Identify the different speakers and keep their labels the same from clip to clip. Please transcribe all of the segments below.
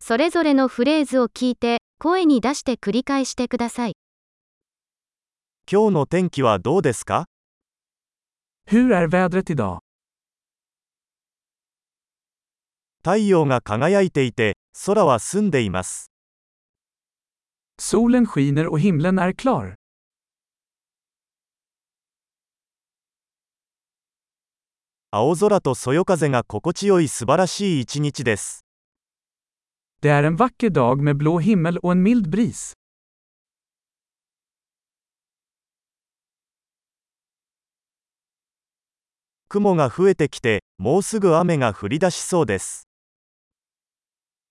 Speaker 1: それぞれのフレーズを聞いて、声に出して繰り返してください。
Speaker 2: 今日の天気はどうですか
Speaker 3: Hur är vädret idag?
Speaker 2: 太陽が輝いていて、空は澄んでいます。
Speaker 3: Solen skiner och himlen är klar.
Speaker 2: 青空とそよ風が心地よい素晴らしい一日です。
Speaker 3: Det är en vacker dag med blå himmel och en mild bris.
Speaker 2: 雲が増えてきて、もうすぐ雨が降り出しそうです。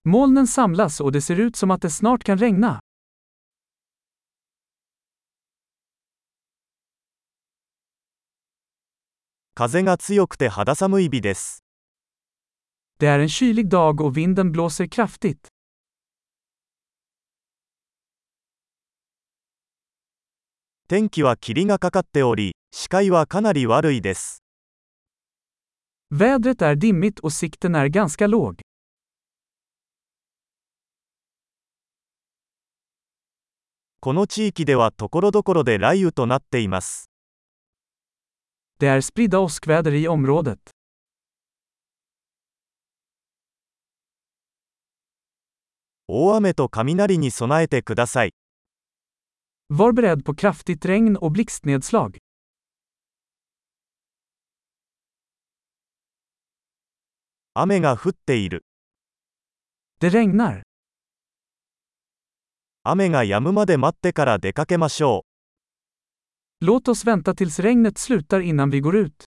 Speaker 3: Molnen samlas och det ser ut som att det snart kan regna.
Speaker 2: 風が強くて肌寒い日です。
Speaker 3: Det är en kylig dag och vinden blåser kraftigt.
Speaker 2: 天気は霧がかかっており、視界はかなり悪いです。
Speaker 3: Vädret är dimmigt och sikten är ganska låg.
Speaker 2: この地域ではところどころで雷雨となっています。
Speaker 3: Det är spridda åskväder i området.
Speaker 2: 大雨と雷に備えてください。
Speaker 3: Var beredd på kraftigt regn och blixtnedslag.
Speaker 2: 雨が降っている。
Speaker 3: Det regnar.
Speaker 2: 雨が止むまで待ってから出かけましょう。
Speaker 3: Låt oss vänta tills regnet slutar innan vi går ut.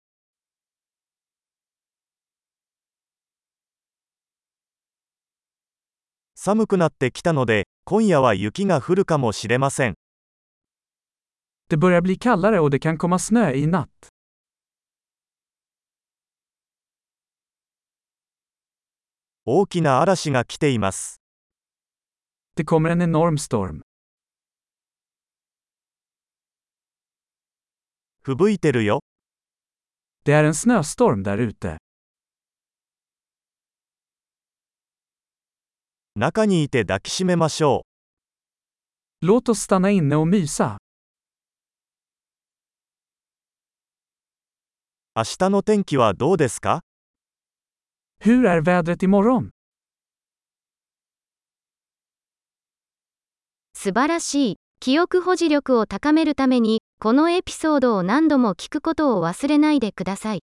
Speaker 2: 寒くなってきたので、今夜は雪が降るかもしれません。
Speaker 3: Det börjar bli kallare och det kan komma snö i natt.
Speaker 2: 大きな嵐が来ています。
Speaker 3: Det kommer en enorm storm.
Speaker 2: 吹雪いてるよ。
Speaker 3: Det är en snöstorm där ute.
Speaker 2: 中にいて抱きしめましょ
Speaker 3: Låt oss stanna inne och mysa.
Speaker 2: う。明日の天気はどうですか
Speaker 3: Hur är vädret imorgon?
Speaker 1: 素晴らしい。記憶保持力を高めるために、このエピソードを何度も聞くことを忘れないでください。